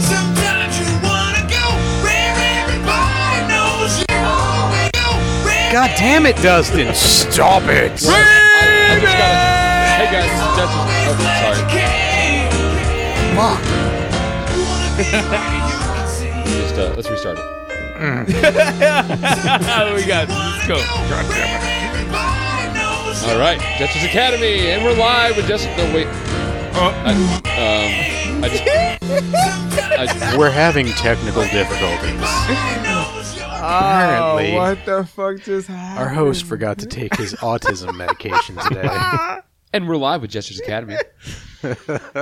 Sometimes you wanna go where everybody knows you always go. Where God damn it, Dustin! Stop it! I just gotta. Hey guys, it's Dustin. Oh, sorry. Fuck. Just uh, let's restart it. we got. Let's go. God damn it. All right, Justice Academy, and we're live with Justice. No wait. I, um, I just, I, We're having technical difficulties. Apparently, Oh, what the fuck just happened? our host forgot to take his autism medication today. and we're live with Justice Academy.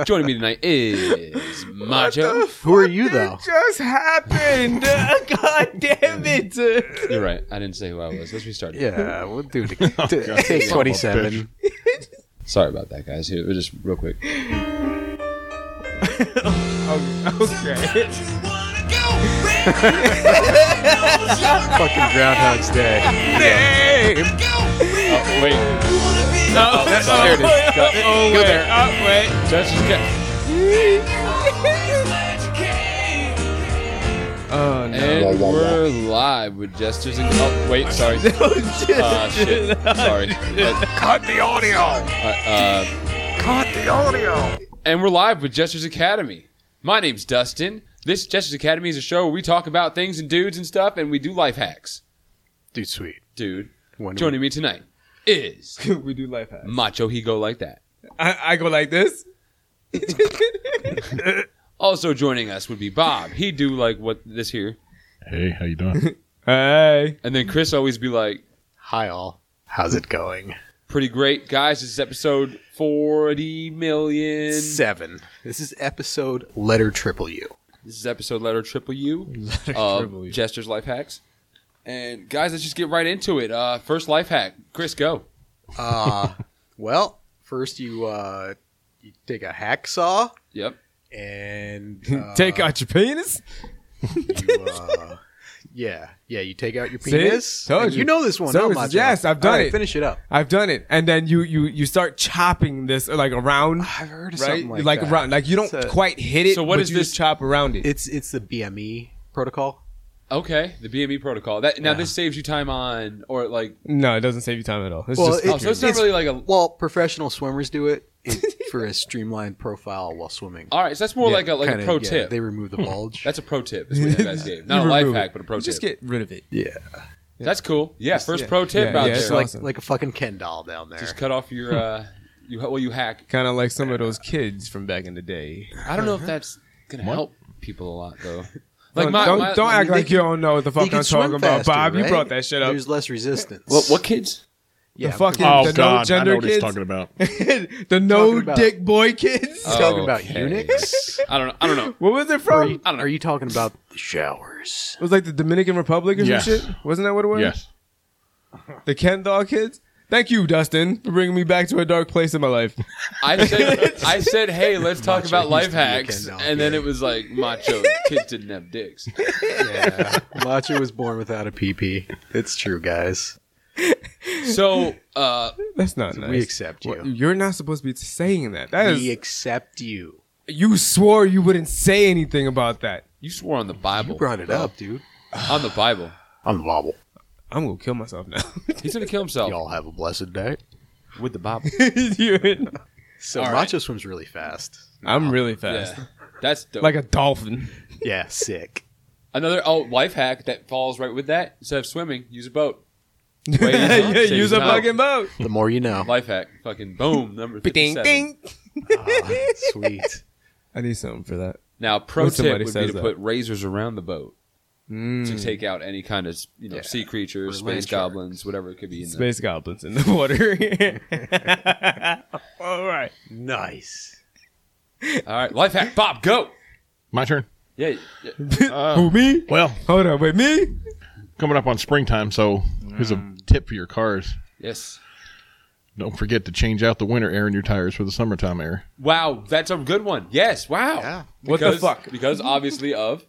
Joining me tonight is Macho. Who are you, though? just happened. God damn it. You're right. I didn't say who I was. Let's restart it. Yeah, we'll do it again. Take 27. Sorry about that, guys. Here, just real quick. Okay. Fucking Groundhog's Day. Oh, wait. Oh, No, that's- there it is. Go- Oh, go wait. there. Uh, Oh, wait. Justice Academy. Oh, And we're live with Justice and. Oh, wait. Sorry. no. Uh, shit. Sorry. That- Cut the audio! uh, uh, Cut the audio! and we're live with Jester's Academy. My name's Dustin. This Jester's Academy is a show where we talk about things and dudes and stuff, and we do life hacks. Dude, sweet. Dude, When joining me tonight is we do life hacks. Macho. He go like that. I, I go like this. Also joining us would be Bob. He do like what this here, Hey, how you doing? Hey. and then Chris always be like, Hi, all. How's it going? "Pretty great, guys. This is episode forty million. Seven. This is episode letter triple U. This is episode letter triple U of Jester's life hacks." And guys, let's just get right into it. Uh, first life hack, Chris, go. Uh, well, first you, uh, you take a hacksaw Yep. and uh, Take out your penis. you, uh, yeah, yeah. You take out your See? penis. Told And you. you know this one. So huh, it's- Macho? yes, I've done All right, it. Finish it up. I've done it, and then you you you start chopping this uh, like around, I've heard of right? something like, that. around, like you don't So- quite hit it. So what but is you just this- chop around it? It's it's the BME protocol. Okay, the BME protocol. That now this saves you time on or like no, it doesn't save you time at all. It's Well, just it- oh, so it's not It's- really like a. Well, professional swimmers do it it- for a streamlined profile while swimming. All right, so that's more like a Oh, like Kinda, a pro yeah, tip. They remove the bulge. that's a pro tip. Is what that guy's gave. Not You a life remove hack, it. but a pro You Just tip. get rid of it. yeah, That's cool. Yeah, first pro tip yeah, out yeah, there. it's like awesome. like a fucking Ken doll down there. just cut off your. uh You well, you hack. Kind of like some of those kids from back in the day. I don't know if that's gonna help people a lot though. Like Uh-huh. Don't- my, don't my- don't act they like you can- don't know what the You fuck can I'm swim talking about, faster, Bob. You right? brought that shit up. There's less resistance. What, what kids? Yeah, the fucking oh the God, no I know gender what he's kids, talking about. the no Talking about- dick boy kids. Uh, He's talking about Oh, Okay. eunuchs. I don't know. I don't know. what was it Or from? you- I don't know. Are you talking about showers? it was like the Dominican Republic or Yes. some shit. Wasn't that what it was? yes. The Ken doll kids. Thank you, Dustin, for bringing me back to a dark place in my life. I said I said, hey, let's talk Macho about life used to be a hacks, Ken doll, and then yeah. it was like macho kids didn't have dicks. Yeah, Macho was born without a PP. It's true, guys. So uh That's not nice. We accept you. What- You're not supposed to be saying that. That We is, accept you. you swore you wouldn't say anything about that. you swore on the Bible. You brought it up, dude. on the Bible. On the Bible. I'm gonna kill myself now. He's gonna kill himself Y'all have a blessed day. with the Bible. You're- So All right. Macho swims really fast. I'm really Yeah, fast, that's dope. like like a dolphin. Yeah, sick. another oh life hack that falls right with that. Instead of swimming, use a boat. Wait, yeah, save use a time. fucking boat. The more you know. Life hack, fucking boom, number Ding fifty-seven. ding. Ah, sweet. I need something for that. Now, pro When tip somebody would be says to that. put razors around the boat to Mm. take out any kind of you know Yeah. sea creatures, Or land space goblins, whatever it could be. In there. Space goblins in the water. All right. Nice. All right, life hack, Bob, go. My turn. Yeah, yeah. Who me? Well, Hold on, wait me. coming up on springtime, so here's a tip for your cars. yes. Don't forget to change out the winter air in your tires for the summertime air Wow, that's a good one. Yes, wow. Yeah. What the Because- fuck? Because obviously of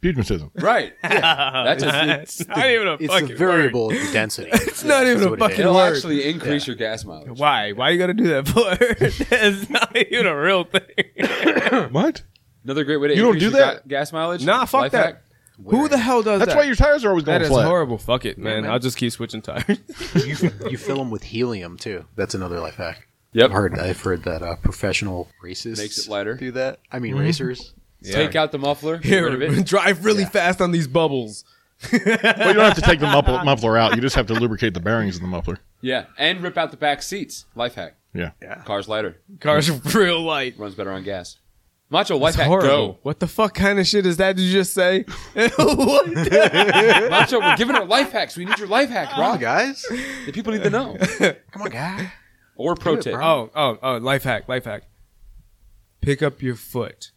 Pugilism. Right. Yeah. That's a, it's not even a It's fucking the variable of your density. It's not even That's a what it fucking is. it'll word. actually increase your gas mileage. Why? Why you gotta do that for? That's not even a real thing. What? Another great way to You don't increase do your that? ga- gas mileage. nah, fuck Life that. hack. Who the hell does That's that? why your tires are always going That is flat. horrible. Fuck it, man. I'll just keep switching tires. You, you fill them with helium too. That's another life hack. Yep. I've heard I've heard that uh, professional racists Makes it lighter. Do that. I mean racers. Take out the muffler. Get rid of Here, it. drive really fast on these bubbles. Well, you don't have to take the muffler, muffler out. You just have to lubricate the bearings in the muffler. Yeah, and rip out the back seats. Life hack. Yeah. Car's lighter. Cars real light. Runs better on gas. Macho life It's hack. horrible. What the fuck kind of shit is that? Did you just say? what the- Go. Macho, we're giving her life hacks. We need your life hack, Come on, bro. guys. The people need to know. Come on, guy. Or pro Do it, tip. bro. oh, oh, oh! Life hack. Life hack. Pick up your foot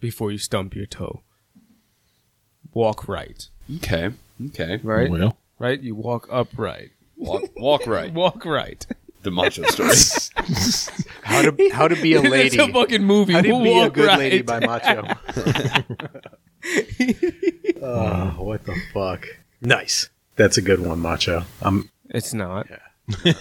before you stump your toe. Walk right. Okay. Okay. Right. Well, Right. You walk upright. Walk, walk right. Walk right. The macho story. How to how to be a lady? It's a fucking movie. How to We'll be a walk good right. lady by Macho. oh, what the fuck? Nice. That's a good one, Macho. I'm. It's not.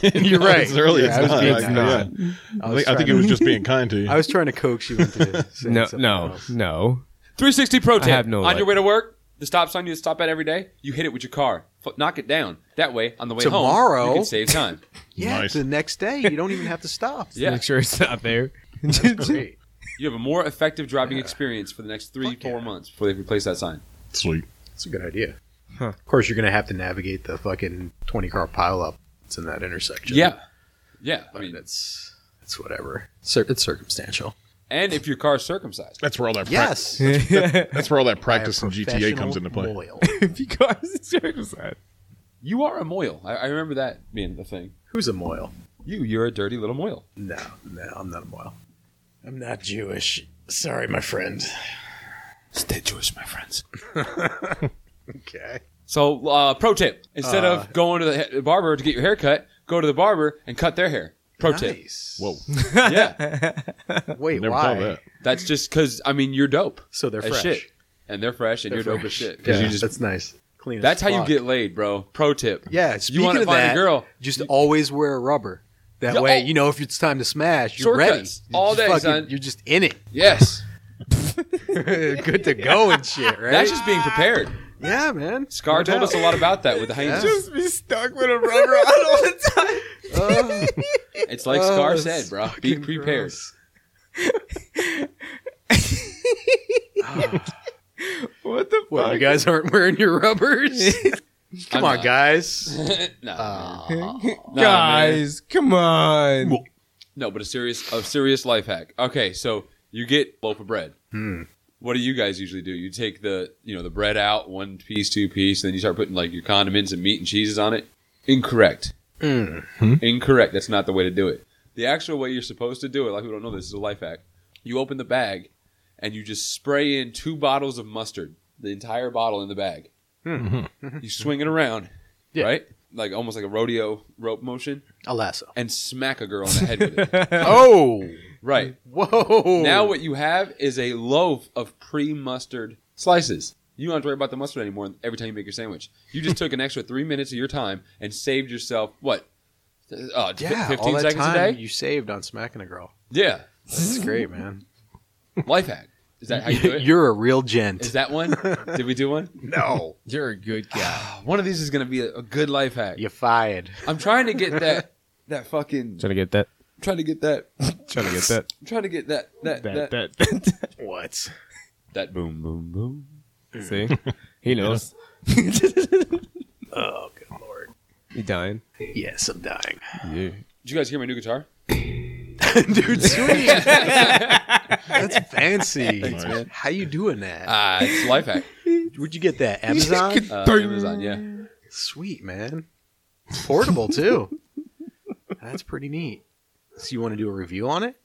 You're right. It's early. Yeah, it's I was not. being Like, nice. yeah. I I was think, I think it trying was to- just being kind to you. I was trying to coax you into saying No, something no, else. no. 360 pro tip. have no on life. your way to work, the stop sign you stop at every day, you hit it with your car. F- knock it down. That way, on the way home, Tomorrow? you can save time. Yeah, Nice. the next day you don't even have to stop. Yeah. Make sure it's not there. Great. You have a more effective driving experience for the next three, four months before they replace that sign. Sweet. That's a good idea. Huh. Of course, you're going to have to navigate the fucking 20 car pileup that's in that intersection. Yeah. Yeah. I But mean, it's, it's whatever. Cir- it's circumstantial. and if your car's circumcised. That's where all that. prac- Yes. that's where all that By a practice in GTA comes into play. professional Moil. because it's circumcised. You are a moil. I, I remember that being the thing. Who's a moil? You, you're a dirty little moil. No, no, I'm not a moil. I'm not Jewish. Sorry, my friend. Stay Jewish, my friends. Okay. So, uh, pro tip: instead Uh. of going to the ha- barber to get your hair cut, go to the barber and cut their hair. Pro tip. Nice. Whoa. Yeah, Wait, Never why? thought of that. that's just because I mean you're dope So they're as fresh. shit, and they're fresh, and They're you're dope fresh. as shit. 'Cause Yeah, you just- that's nice. Clean. as that's how you fuck. get laid, bro. Pro tip. Yeah. you Speaking want to of find that, a girl? just always wear a rubber. That Yeah, way, oh. you know if it's time to smash, you're Shortcuts. ready. You're All just day, fucking- son. You're just in it. Yes, good to go and shit, right? that's just being prepared. yeah, man. Scar told us a lot about that with the hyenas. Just be stuck with a rubber on all the time. It's like Oh, Scar it's said, bro. Be prepared. What the What, fuck? you guys aren't wearing your rubbers? Come I'm on, not. guys. no, Uh, Nah, man. guys, come on. no, but a serious, a serious life hack. Okay, so you get loaf of bread. What do you guys usually do? You take the, you know, the bread out, one piece, two piece, and then you start putting like your condiments and meat and cheeses on it. Incorrect. Incorrect. That's not the way to do it. The actual way you're supposed to do it, like we don't know this is a life hack. You open the bag, and you just spray in two bottles of mustard, the entire bottle in the bag. You swing it around, Yeah. right? Like almost like a rodeo rope motion, A lasso. and smack a girl in the head with it. Oh, Right. whoa. Now what you have is a loaf of pre-mustard slices. You don't have to worry about the mustard anymore every time you make your sandwich. You just took an extra three minutes of your time and saved yourself what? Uh, yeah, yeah, fifteen all that seconds time a day. you saved on smacking a girl. Yeah, This is great, man. life hack. Is that how you do it? You're a real gent. is that one? Did we do one? no, You're a good guy. Oh, One of these is going to be a, a good life hack. you fired. I'm trying to get that. That fucking. Trying to get that. I'm trying to get that. I'm Trying to get that. trying to get that. That. That. That. That. That. that. What? boom. Boom. Boom. See, he knows. Oh, good lord. you dying? Yes, I'm dying. Yeah. Did you guys hear my new guitar? Dude, sweet. That's fancy. Thanks, man. How you doing that? Ah, it's a life hack. Where'd you get that? Amazon? Uh, Amazon. Yeah. Sweet, man. It's portable, too. That's pretty neat. So you want to do a review on it?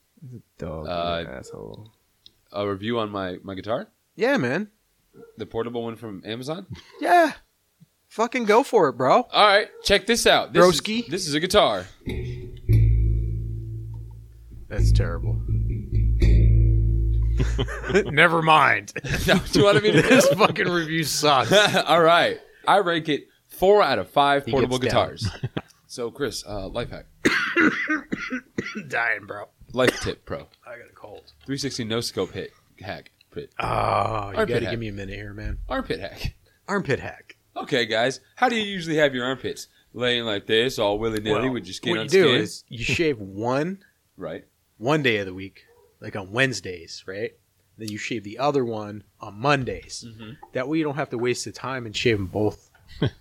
Dog Uh, asshole. A review on my my guitar. Yeah, man. The portable one from Amazon. Yeah. Fucking go for it, bro. All right, check this out. This Broski? Is, this is a guitar. That's terrible. Never mind. No, do you want me to do? this fucking review sucks. All right. I rank it four out of five He portable gets down. guitars. so, Chris, uh, life hack, dying, bro. life tip, pro, I got a cold. 360 no scope hit hack, pit, Oh, you Armpit gotta hack. give me a minute here, man. armpit hack. Armpit hack. Okay, guys, how do you usually have your armpits laying like this, all willy nilly, Well, with your skin what on you do skin? is you shave one right. one day of the week, like on Wednesdays, right? Then you shave the other one on Mondays. Mm-hmm. That way you don't have to waste the time and shave them both.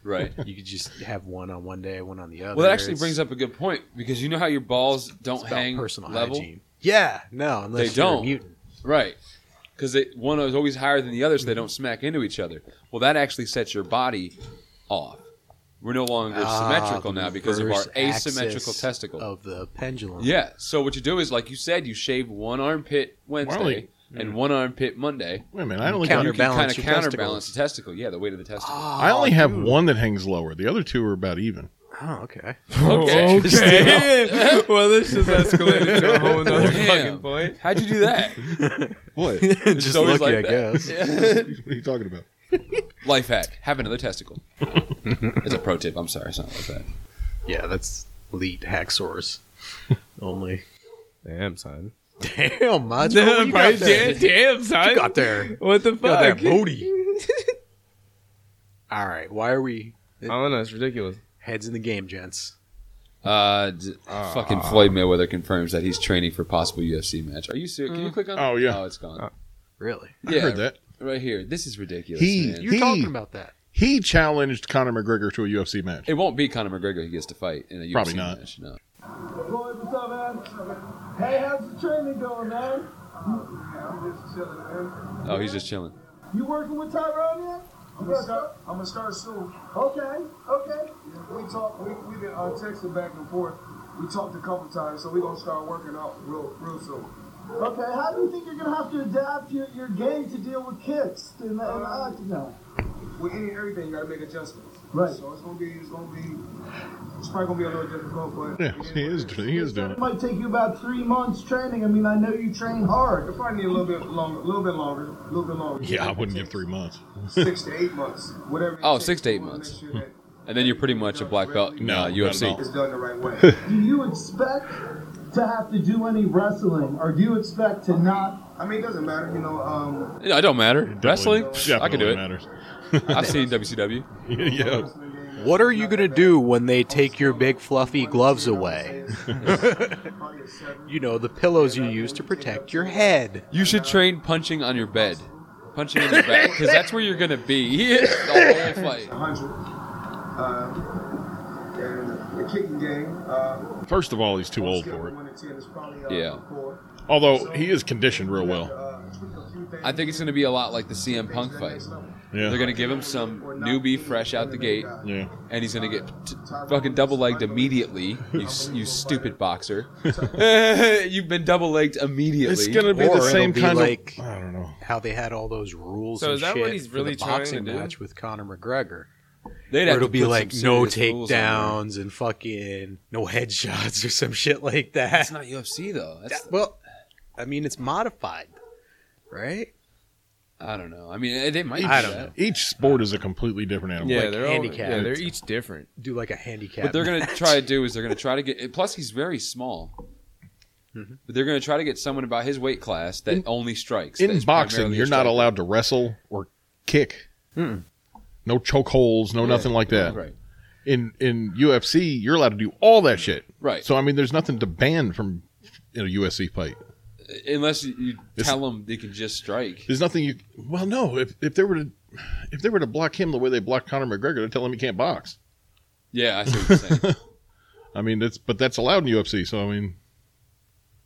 Right. You could just have one on one day, one on the other. Well, that actually brings up a good point because you know how your balls don't hang personal level, hygiene. Yeah, no, unless They you're don't. a mutant. right? Because one is always higher than the other, so they don't smack into each other. Well, that actually sets your body off. We're no longer Ah, symmetrical the now because of our reverse asymmetrical axis testicle. of the pendulum. Yeah. So what you do is, like you said, you shave one armpit Wednesday Why and Mm. one armpit Monday. Wait a minute. I only, And got, you can kind Counterbalance of your counterbalance the testicle. Yeah, the weight of the testicle. Oh, I only have dude. one that hangs lower. The other two are about even. Oh, okay. Okay. Okay. well, this just escalated to a whole nother Damn. fucking point. How'd you do that? What? It's Just always lucky, I that. guess. What are you talking about? Life hack: have another testicle. It's a pro tip. I'm sorry, it's not like that. Yeah, that's elite hack source. Only. Damn, son. Damn, Mudge. what Damn, you got there? damn, damn, son. You got there. What the You got fuck? that booty. All right, why are we I don't know. It's ridiculous. heads in the game, gents? Uh, d- fucking Ah. Floyd Mayweather confirms that he's training for possible UFC match. Are you serious? Can you click on? Oh, yeah. Oh, it's gone. Uh, Really? I heard that. right here. This is ridiculous. He- man. You're He- talking about that. He challenged Conor McGregor to a UFC match. It won't be Conor McGregor he gets to fight in a UFC Probably not. match. No. Floyd, what's up, man? Hey, how's the training going, man? I'm just chilling, man. Oh, he's just chilling. You working with Tyrone yet? I'm gonna, start, I'm gonna start soon. Okay, okay. We talk. We we been uh, texting back and forth. We talked a couple times, so we gonna start working out real real soon. Okay. How do you think you're gonna have to adapt your, your game to deal with kicks and that uh, now? With any everything, you gotta make adjustments. Right. So it's gonna be it's gonna be it's probably gonna be a little difficult, but Yeah, he is. He is doing it. might take you about three months training. I mean, I know you train hard. It probably need a little bit longer, a little bit longer, a little bit longer. Yeah, I wouldn't give three months. Six to eight months, whatever. it Oh, takes. six to eight We wanna make months. sure that And then you're pretty much a black belt in No, uh, not UFC. at all. It's done the right way. do you expect to have to do any wrestling, or do you expect to not? I mean, it doesn't matter. You know, um, Yeah, It don't matter. Wrestling, Definitely I can do it. Matters. I've seen WCW. yeah. wrestling game- What are you gonna do when they take your big fluffy gloves Honestly, away? I would say it's probably a seven. You know, the pillows you use to protect your head. You should train punching on your bed, punching in your back, because that's where you're gonna be the whole fight. 100. Uh, and the kicking game. Uh, First of all, he's too old for it. Yeah. Although he is conditioned real well. I think it's gonna be a lot like the CM Punk fight. Yeah. They're gonna give him some newbie fresh out the gate, Yeah. and he's gonna get t- fucking double legged immediately. You, s- you stupid boxer. You've been double legged immediately. It's gonna be Or the it'll same be kind like- of. I don't know. How they had all those rules So and is that shit what he's for really the trying to boxing do? match with Conor McGregor. They'd Or have it'll to be put like some no serious rules on there. takedowns and fucking no headshots or some shit like That's that. not UFC though. That's, well, I mean, it's modified, right? I don't know. I mean, eh, they might. I do don't that. know. Each sport is a completely different animal. Yeah, Like they're all, handicapped. yeah, they're each different. Do like a handicap. What they're gonna match. try to do is they're gonna try to get. Plus, he's very small. Mm-hmm. But they're gonna try to get someone about his weight class that only strikes. that in is boxing, primarily a you're not striker. allowed to wrestle or kick. No choke holds, no nothing like that. Right. In in UFC, you're allowed to do all that shit. Right. So I mean, there's nothing to ban from in a UFC fight. Unless you, you It's- tell them they can just strike. There's nothing you. Well, no. If if they were to if they were to block him the way they blocked Conor McGregor, they're telling him he can't box. Yeah, I see what you're saying. I mean, that's but that's allowed in UFC. So I mean,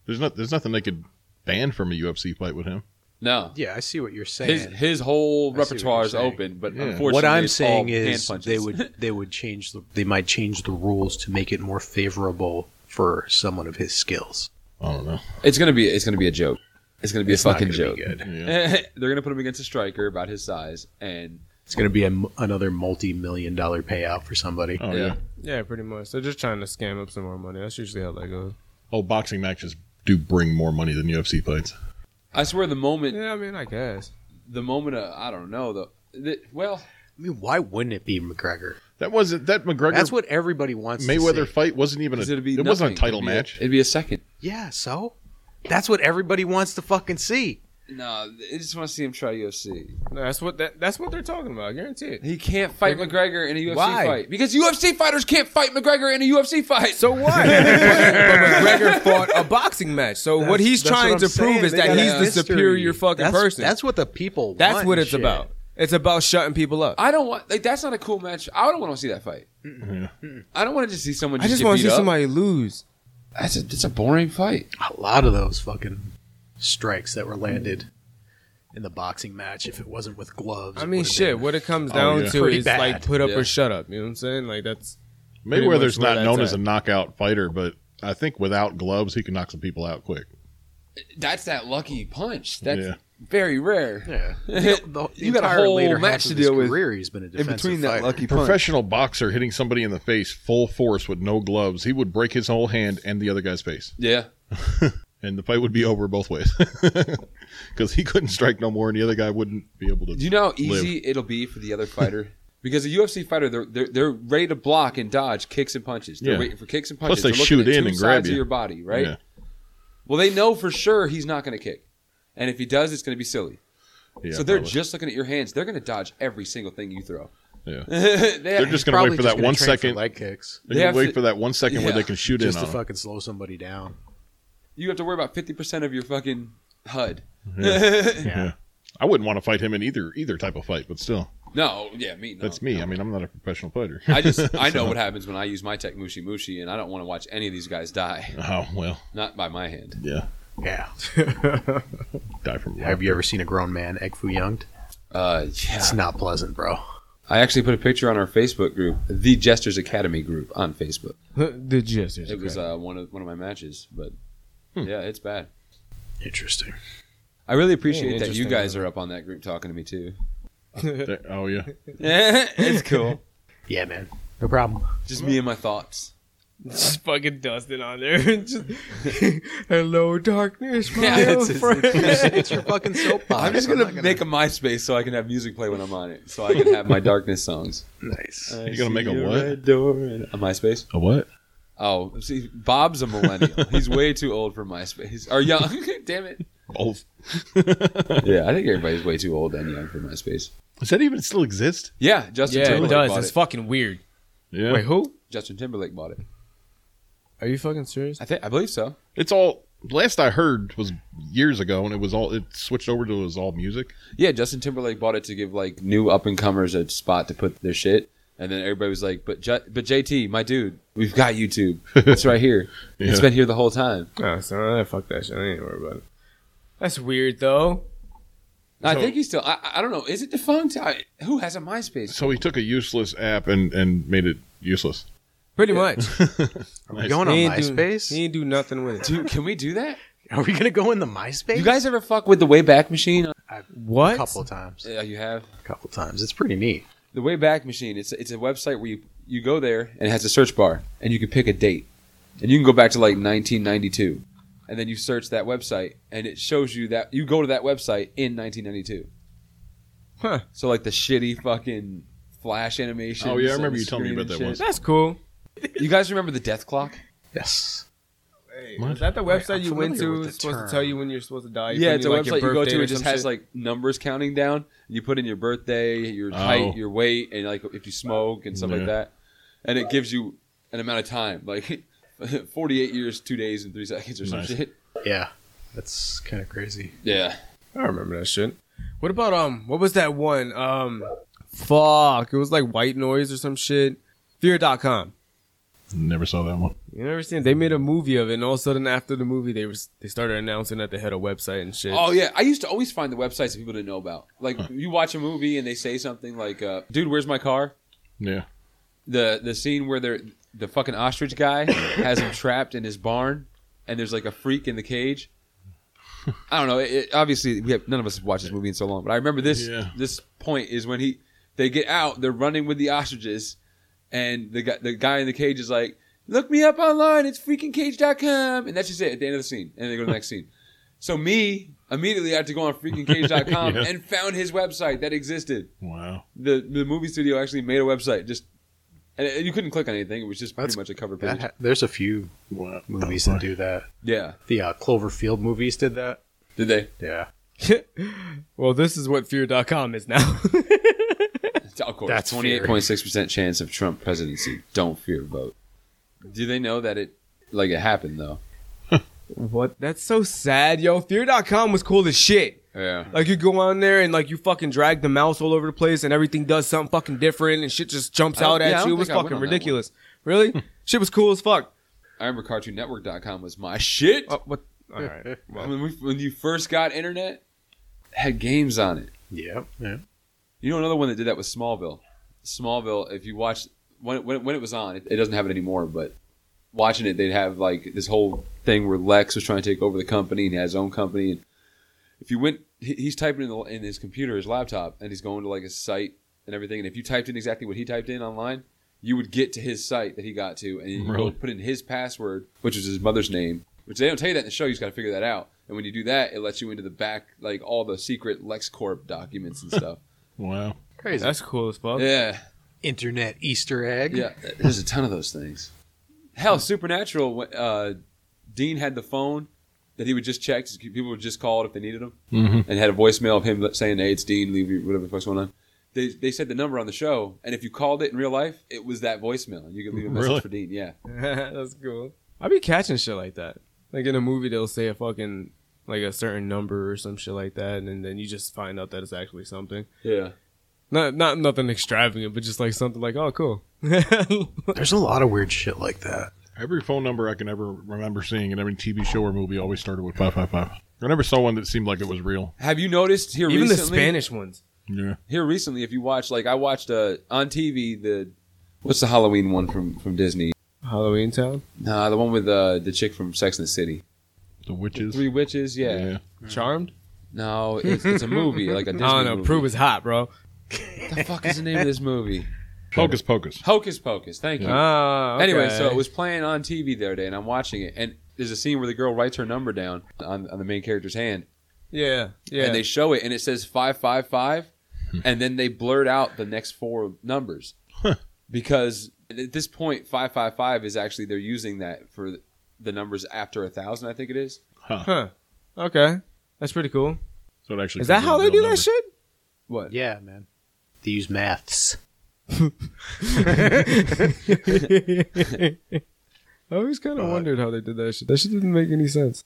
there's not there's nothing they could ban from a UFC fight with him. No. Yeah, I see what you're saying. His, his whole I see what repertoire you're is saying. open, but Yeah. unfortunately, what I'm it's saying all hand is punches. they would they would change the they might change the rules to make it more favorable for someone of his skills. I don't know. It's gonna be it's gonna be a joke. It's gonna be It's a not fucking gonna joke. be good. Yeah. They're gonna put him against a striker about his size, and It's going to be a m another multi million dollar payout for somebody. Oh yeah. Yeah. Yeah, pretty much. They're just trying to scam up some more money. That's usually how that goes. Oh, boxing matches do bring more money than UFC fights. I swear, the moment, Yeah, I mean, I guess. the moment, uh, I don't know though. Th- well, I mean, why wouldn't it be McGregor? That wasn't that McGregor That's what everybody wants. to Mayweather see. fight wasn't even a, 'cause it it'd be wasn't a nothing. title It'd be match. it'd be a second. Yeah, so that's what everybody wants to fucking see. No, I just want to see him try UFC. No, that's what that, that's what they're talking about. I guarantee it. He can't fight McGregor in a UFC Why? fight because UFC fighters can't fight McGregor in a UFC fight. So what? but McGregor fought a boxing match. So what That's- he's that's trying what I'm to saying. prove is They that got he's a the history. superior fucking That's- person. That's, That's what the people. want what and it's shit. about. It's about shutting people up. I, I don't want like that's not a cool match. I don't want to see that fight. I don't want to just see someone. Just just want want to see somebody lose. That's a that's a boring fight. A lot of those fucking strikes that were landed in the boxing match, if it wasn't with gloves, I it mean, would've shit. been- What it comes Oh, down yeah. to Pretty is bad. like put up Yeah. or shut up. You know what I'm saying? Like that's pretty much Mayweather's where not known that's as a at. knockout fighter, but I think without gloves he can knock some people out quick. That's that lucky punch. That's Yeah. very rare. Yeah, the, the You got a entire whole later half match of to his deal with Career, he's been a In defensive between that fighter. lucky punch. Professional boxer hitting somebody in the face full force with no gloves, he would break his whole hand and the other guy's face, Yeah. and the fight would be over both ways because he couldn't strike no more, and the other guy wouldn't be able to. Do you know how easy it'll be for the other fighter? because a UFC fighter, they're, they're they're ready to block and dodge kicks and punches. They're Yeah. waiting for kicks and Plus punches. they They're looking shoot at in two and grab sides you. of your body, right? Yeah. Well, they know for sure he's not going to kick, and if he does, it's going to be silly. Yeah, so they're probably. just looking at your hands. They're going to dodge every single thing you throw. Yeah. they They're just going to Probably wait for just that gonna train one for second. leg kicks, They're They going have to wait to- for that one second where Yeah. they can shoot just in to on. 'em. fucking slow somebody down. you have to worry about fifty percent of your fucking HUD. Yeah. I wouldn't want to fight him in either either type of fight, but still, No, yeah, me. No. that's me. I mean, I'm not a professional fighter. I just I know what happens when I use my tech mushi mushi, and I don't want to watch any of these guys die. oh well, Not by my hand. yeah. Yeah. Die from Have you ever seen a grown man egg foo younged? Uh, yeah. It's not pleasant, bro. I actually put a picture on our Facebook group, the Jesters Academy group on Facebook. the gist. It was uh, one of one of my matches, but yeah, it's bad. Interesting. I really appreciate that you interesting. guys are up on that group talking to me too. There- Oh yeah. it's cool. Yeah, man. No problem. Just me and my thoughts. just fucking dusting on there. Just, Hello, darkness, my Yeah, old it's- it's- friend. it's your fucking soapbox. I'm just gonna, make a MySpace so I can have music play when I'm on it, so I can have my darkness songs. nice. You gonna make a See a what? red door and- a MySpace? A what? Oh, see, Bob's a millennial. He's way too old for MySpace or young. Damn it. Both. Yeah, I think everybody's way too old and young for MySpace. Does that even still exist? Yeah, Justin yeah, it Timberlake does. bought It's it. fucking weird. Yeah. Wait, who? Justin Timberlake bought it. Are you fucking serious? I think I believe so. It's all. Last I heard was years ago, and it was all. It switched over to it was all music. Yeah, Justin Timberlake bought it to give like new up and comers a spot to put their shit, and then everybody was like, "But J- but JT, my dude, we've got YouTube. It's right here. It's Yeah. been here the whole time." No, so I fuck that shit. I ain't worried about it. That's weird though. I So- think he's still. I, I don't know. Is it defunct? I, who has a MySpace? So he took a useless app and and made it useless. Pretty much. Are Nice. we going on He ain't MySpace? Do, he ain't do nothing with it. Dude, can we do that? Are we gonna go in the MySpace? You guys ever fuck with the Wayback Machine? a What? couple times. Yeah, you have A couple times. It's pretty neat. the Wayback Machine. It's it's a website where you you go there and it has a search bar and you can pick a date, and you can go back to like 1992, and then you search that website and it shows you that you go to that website in 1992. Huh. So like the shitty fucking flash animation. Oh, yeah, I remember you telling me about that once. That's cool. You guys remember the death clock? Yes. Hey, What? is that the website I'm you familiar went to? with the It's supposed term. to tell you when you're supposed to die. yeah, put it's a in, like, your website you go birthday to. or It just some has shit. like numbers counting down. And you put in your birthday, your Oh. height, your weight, and like if you smoke and stuff Yeah. like that, and it gives you an amount of time, like 48 years, two days, and three seconds or some Nice. shit. Yeah. That's kind of crazy. Yeah. I remember that shit. What about um? What was that one? Um, fuck. It was like white noise or some shit. Fear.com. Never saw that one. You never seen? it? They made a movie of it, and all of a sudden after the movie, they was they started announcing that they had a website and shit. Oh yeah, I used to always find the websites that people didn't know about. Like you watch a movie and they say something like, uh, "Dude, where's my car?" Yeah. the the scene where they're the fucking ostrich guy has him trapped in his barn, and there's like a freak in the cage. I don't know. It, it- obviously, we have none of us have watched this movie in so long, but I remember this Yeah. this point is when he they get out, they're running with the ostriches, and the guy the guy in the cage is like, "Look me up online. It's freakingcage.com," and that's just it at the end of the scene, and they go to the next scene. So me immediately I had to go on freakingcage.com Yeah. and found his website that existed. Wow. The the movie studio actually made a website just and it- you couldn't click on anything. It was just That's- pretty much a cover page. That ha- there's a few Wow. movies Oh, that do that. yeah. The uh, Cloverfield movies did that. Did they? Yeah, well, this is what fear.com is now. Of course. That's twenty eight point six percent chance of Trump presidency. Don't fear vote. Do they know that it like it happened though? what? That's so sad, yo. Fear.com was cool as shit. Yeah. Like you go on there and like you fucking drag the mouse all over the place and everything does something fucking different and shit just jumps I don't- out at yeah, I don't you. It was think I went fucking on that one. Hmm. ridiculous. Really? shit was cool as fuck. I remember CartoonNetwork.com was my shit. Oh, Uh, what? All right. when, we, when you first got internet, it had games on it. yeah, yeah. You know another one that did that was Smallville. Smallville, if you watch when when, when it was on, it, it doesn't have it anymore, but watching it, they'd have like this whole thing where Lex was trying to take over the company and he had his own company. And if you went, he, he's typing in, the, in his computer, his laptop, and he's going to like a site and everything. And if you typed in exactly what he typed in online, you would get to his site that he got to, and you Really? would put in his password, which was his mother's name. Which they don't tell you that in the show. You just got to figure that out. And when you do that, it lets you into the back, like all the secret LexCorp documents and stuff. Wow. Crazy That's cool as fuck. yeah. internet Easter egg. Yeah, there's a ton of those things. Hell, Supernatural. Uh, Dean had the phone that he would just check. People would just call it if they needed him, Mhm. and had a voicemail of him saying, "Hey, it's Dean. Leave you whatever the fuck's going on." They, they said the number on the show, and if you called it in real life, it was that voicemail. You could leave a message Really? for Dean. Yeah, That's cool. I be catching shit like that. Like in a movie, they'll say a fucking like a certain number or some shit like that, and then you just find out that it's actually something. yeah. Not not nothing extravagant, but just like something like, oh, cool. There's a lot of weird shit like that. Every phone number I can ever remember seeing in every TV show or movie always started with 555. I never saw one that seemed like it was real. Have you noticed here Even the recently? Spanish ones. Yeah. Here recently, if you watch, like I watched uh, on TV the what's the Halloween one from from Disney? Halloween Town, Nah, the one with uh, the chick from Sex and the City, The witches. Three Witches. yeah. Charmed. No, it's, it's a movie, like a Hmm. Disney I don't know. movie. Prue was hot, bro. What the fuck is the name of this movie? Focus, focus. Hocus Pocus. Thank you. Ah, okay. Anyway, so it was playing on TV the other day, and I'm watching it, and there's a scene where the girl writes her number down on, on the main character's hand, yeah, yeah. Hmm. and they show it, and it says five five five, and then they blurt out the next four numbers because at this point five five five is actually they're using that for the numbers after a thousand, I think it is. Huh. huh? Okay, that's pretty cool. So it actually Is that could be how a they real do number. that shit? What? Yeah, man. They use maths. I always kind Uh, of wondered how they did that shit. That shit didn't make any sense.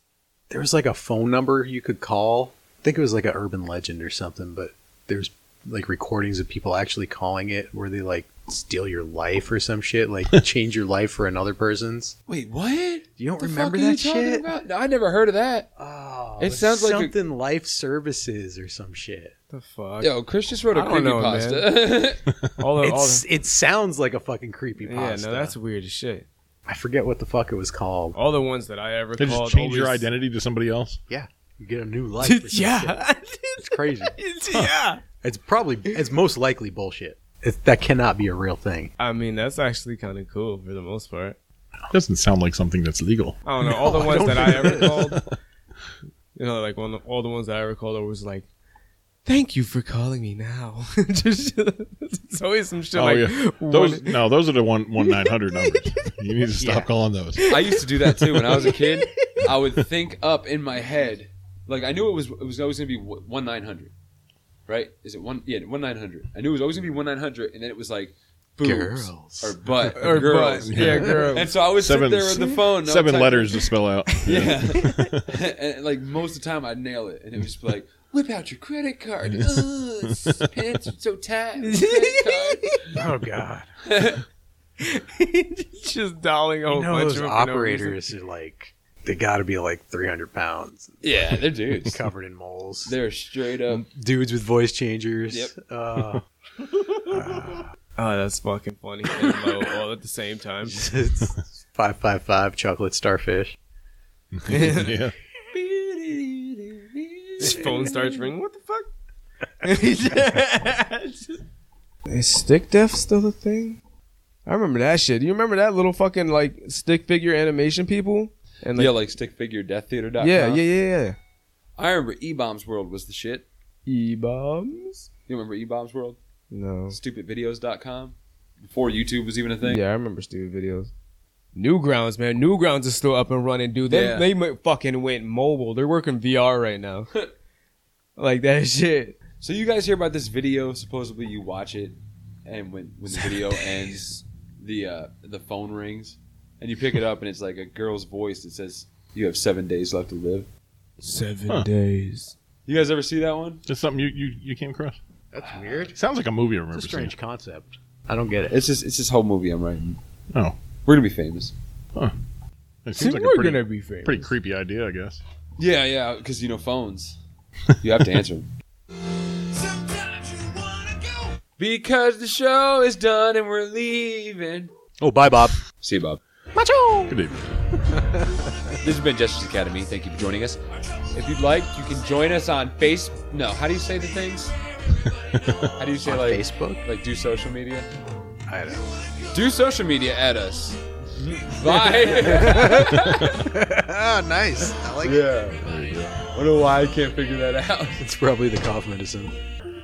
There was like a phone number you could call. I think it was like an urban legend or something, but there's like recordings of people actually calling it where they like steal your life or some shit, like change your life for another person's. Wait, what? You don't The fuck remember are you that talking shit? about? No, I never heard of that. Oh, It it's sounds like a- something life services or some shit. The fuck? Yo, Chris just wrote a I don't know, creepypasta. All the, Oh, all It's, the, it sounds like a fucking creepy yeah, pasta. no, that's weird as shit. I forget what the fuck it was called. All the ones that I ever They called. just change your always- identity to somebody else? Yeah, you get a new life. or some shit. yeah, it's crazy. yeah. It's probably it's most likely bullshit. It's, that cannot be a real thing. I mean, that's actually kind of cool for the most part. Doesn't sound like something that's legal. I don't know. All the ones that I ever called, you know, like one, of- all the ones that I ever called, I was like, "Thank you for calling me now." Just- it's always some shit Oh like, yeah, one- those no, those are the one one nine hundred numbers. You need to stop Yeah. calling those. I used to do that too when I was a kid. I would think up in my head, like I knew it was it was always gonna be one nine hundred, right? Is it one? Yeah, one nine hundred. I knew it was always gonna be one nine hundred, and then it was like boobs Girls. or butt or, or girls. girls. yeah, girls. And so I would Seven- sit there with the phone, and I would Seven type- letters to spell out. Yeah, and like most of the time I'd nail it, and it was just be like. Whip out your credit card. Ugh, s- pants are so tight. Credit card. Oh god, just dialing a whole you know Oh, bunch those of them for no reason. operators are like they got to be like three hundred pounds, Yeah, they're dudes. covered in moles. They're straight up. dudes with voice changers. Yep. Uh, Oh, that's fucking funny and low all at the same time. it's five five five chocolate starfish. yeah, His phone starts ringing. What the fuck? Is stick death still a thing? I remember that shit. You remember that little fucking like stick figure animation people? And like, yeah, like stickfiguredeaththeater.com. yeah, yeah, yeah, yeah. I remember E Bombs World was the shit. E bombs? You remember E Bombs World? No. Stupidvideos.com before YouTube was even a thing. Yeah, I remember stupid videos. Newgrounds, man. Newgrounds is still up and running, dude. They Yeah. they mu- fucking went mobile. They're working VR right now. like that shit. So you guys hear about this video? Supposedly you watch it, and when when the video ends, the uh, the phone rings, and you pick it up, and it's like a girl's voice that says, "You have seven days left to live." Seven Huh. days. You guys ever see that one? Just something you, you, you came across. That's weird. Sounds like a movie I remember It's a seeing. strange concept. I don't get it. It's just it's this whole movie I'm writing. Oh. we're gonna be famous. It See, seems like we're a pretty, gonna be famous. pretty creepy idea, I guess. Yeah, yeah, because you know phones, you have to answer 'em. Sometimes you wanna go. Because the show is done and we're leaving. Oh, bye, Bob. See you, Bob. Good evening. This has been Justice Academy. Thank you for joining us. If you'd like, you can join us on Face. No, how do you say the things? How do you say On like Facebook? Like do social media? I don't know. Do social media at us. Bye. nice. I like it. yeah. I don't know why I can't figure that out. It's probably the cough medicine.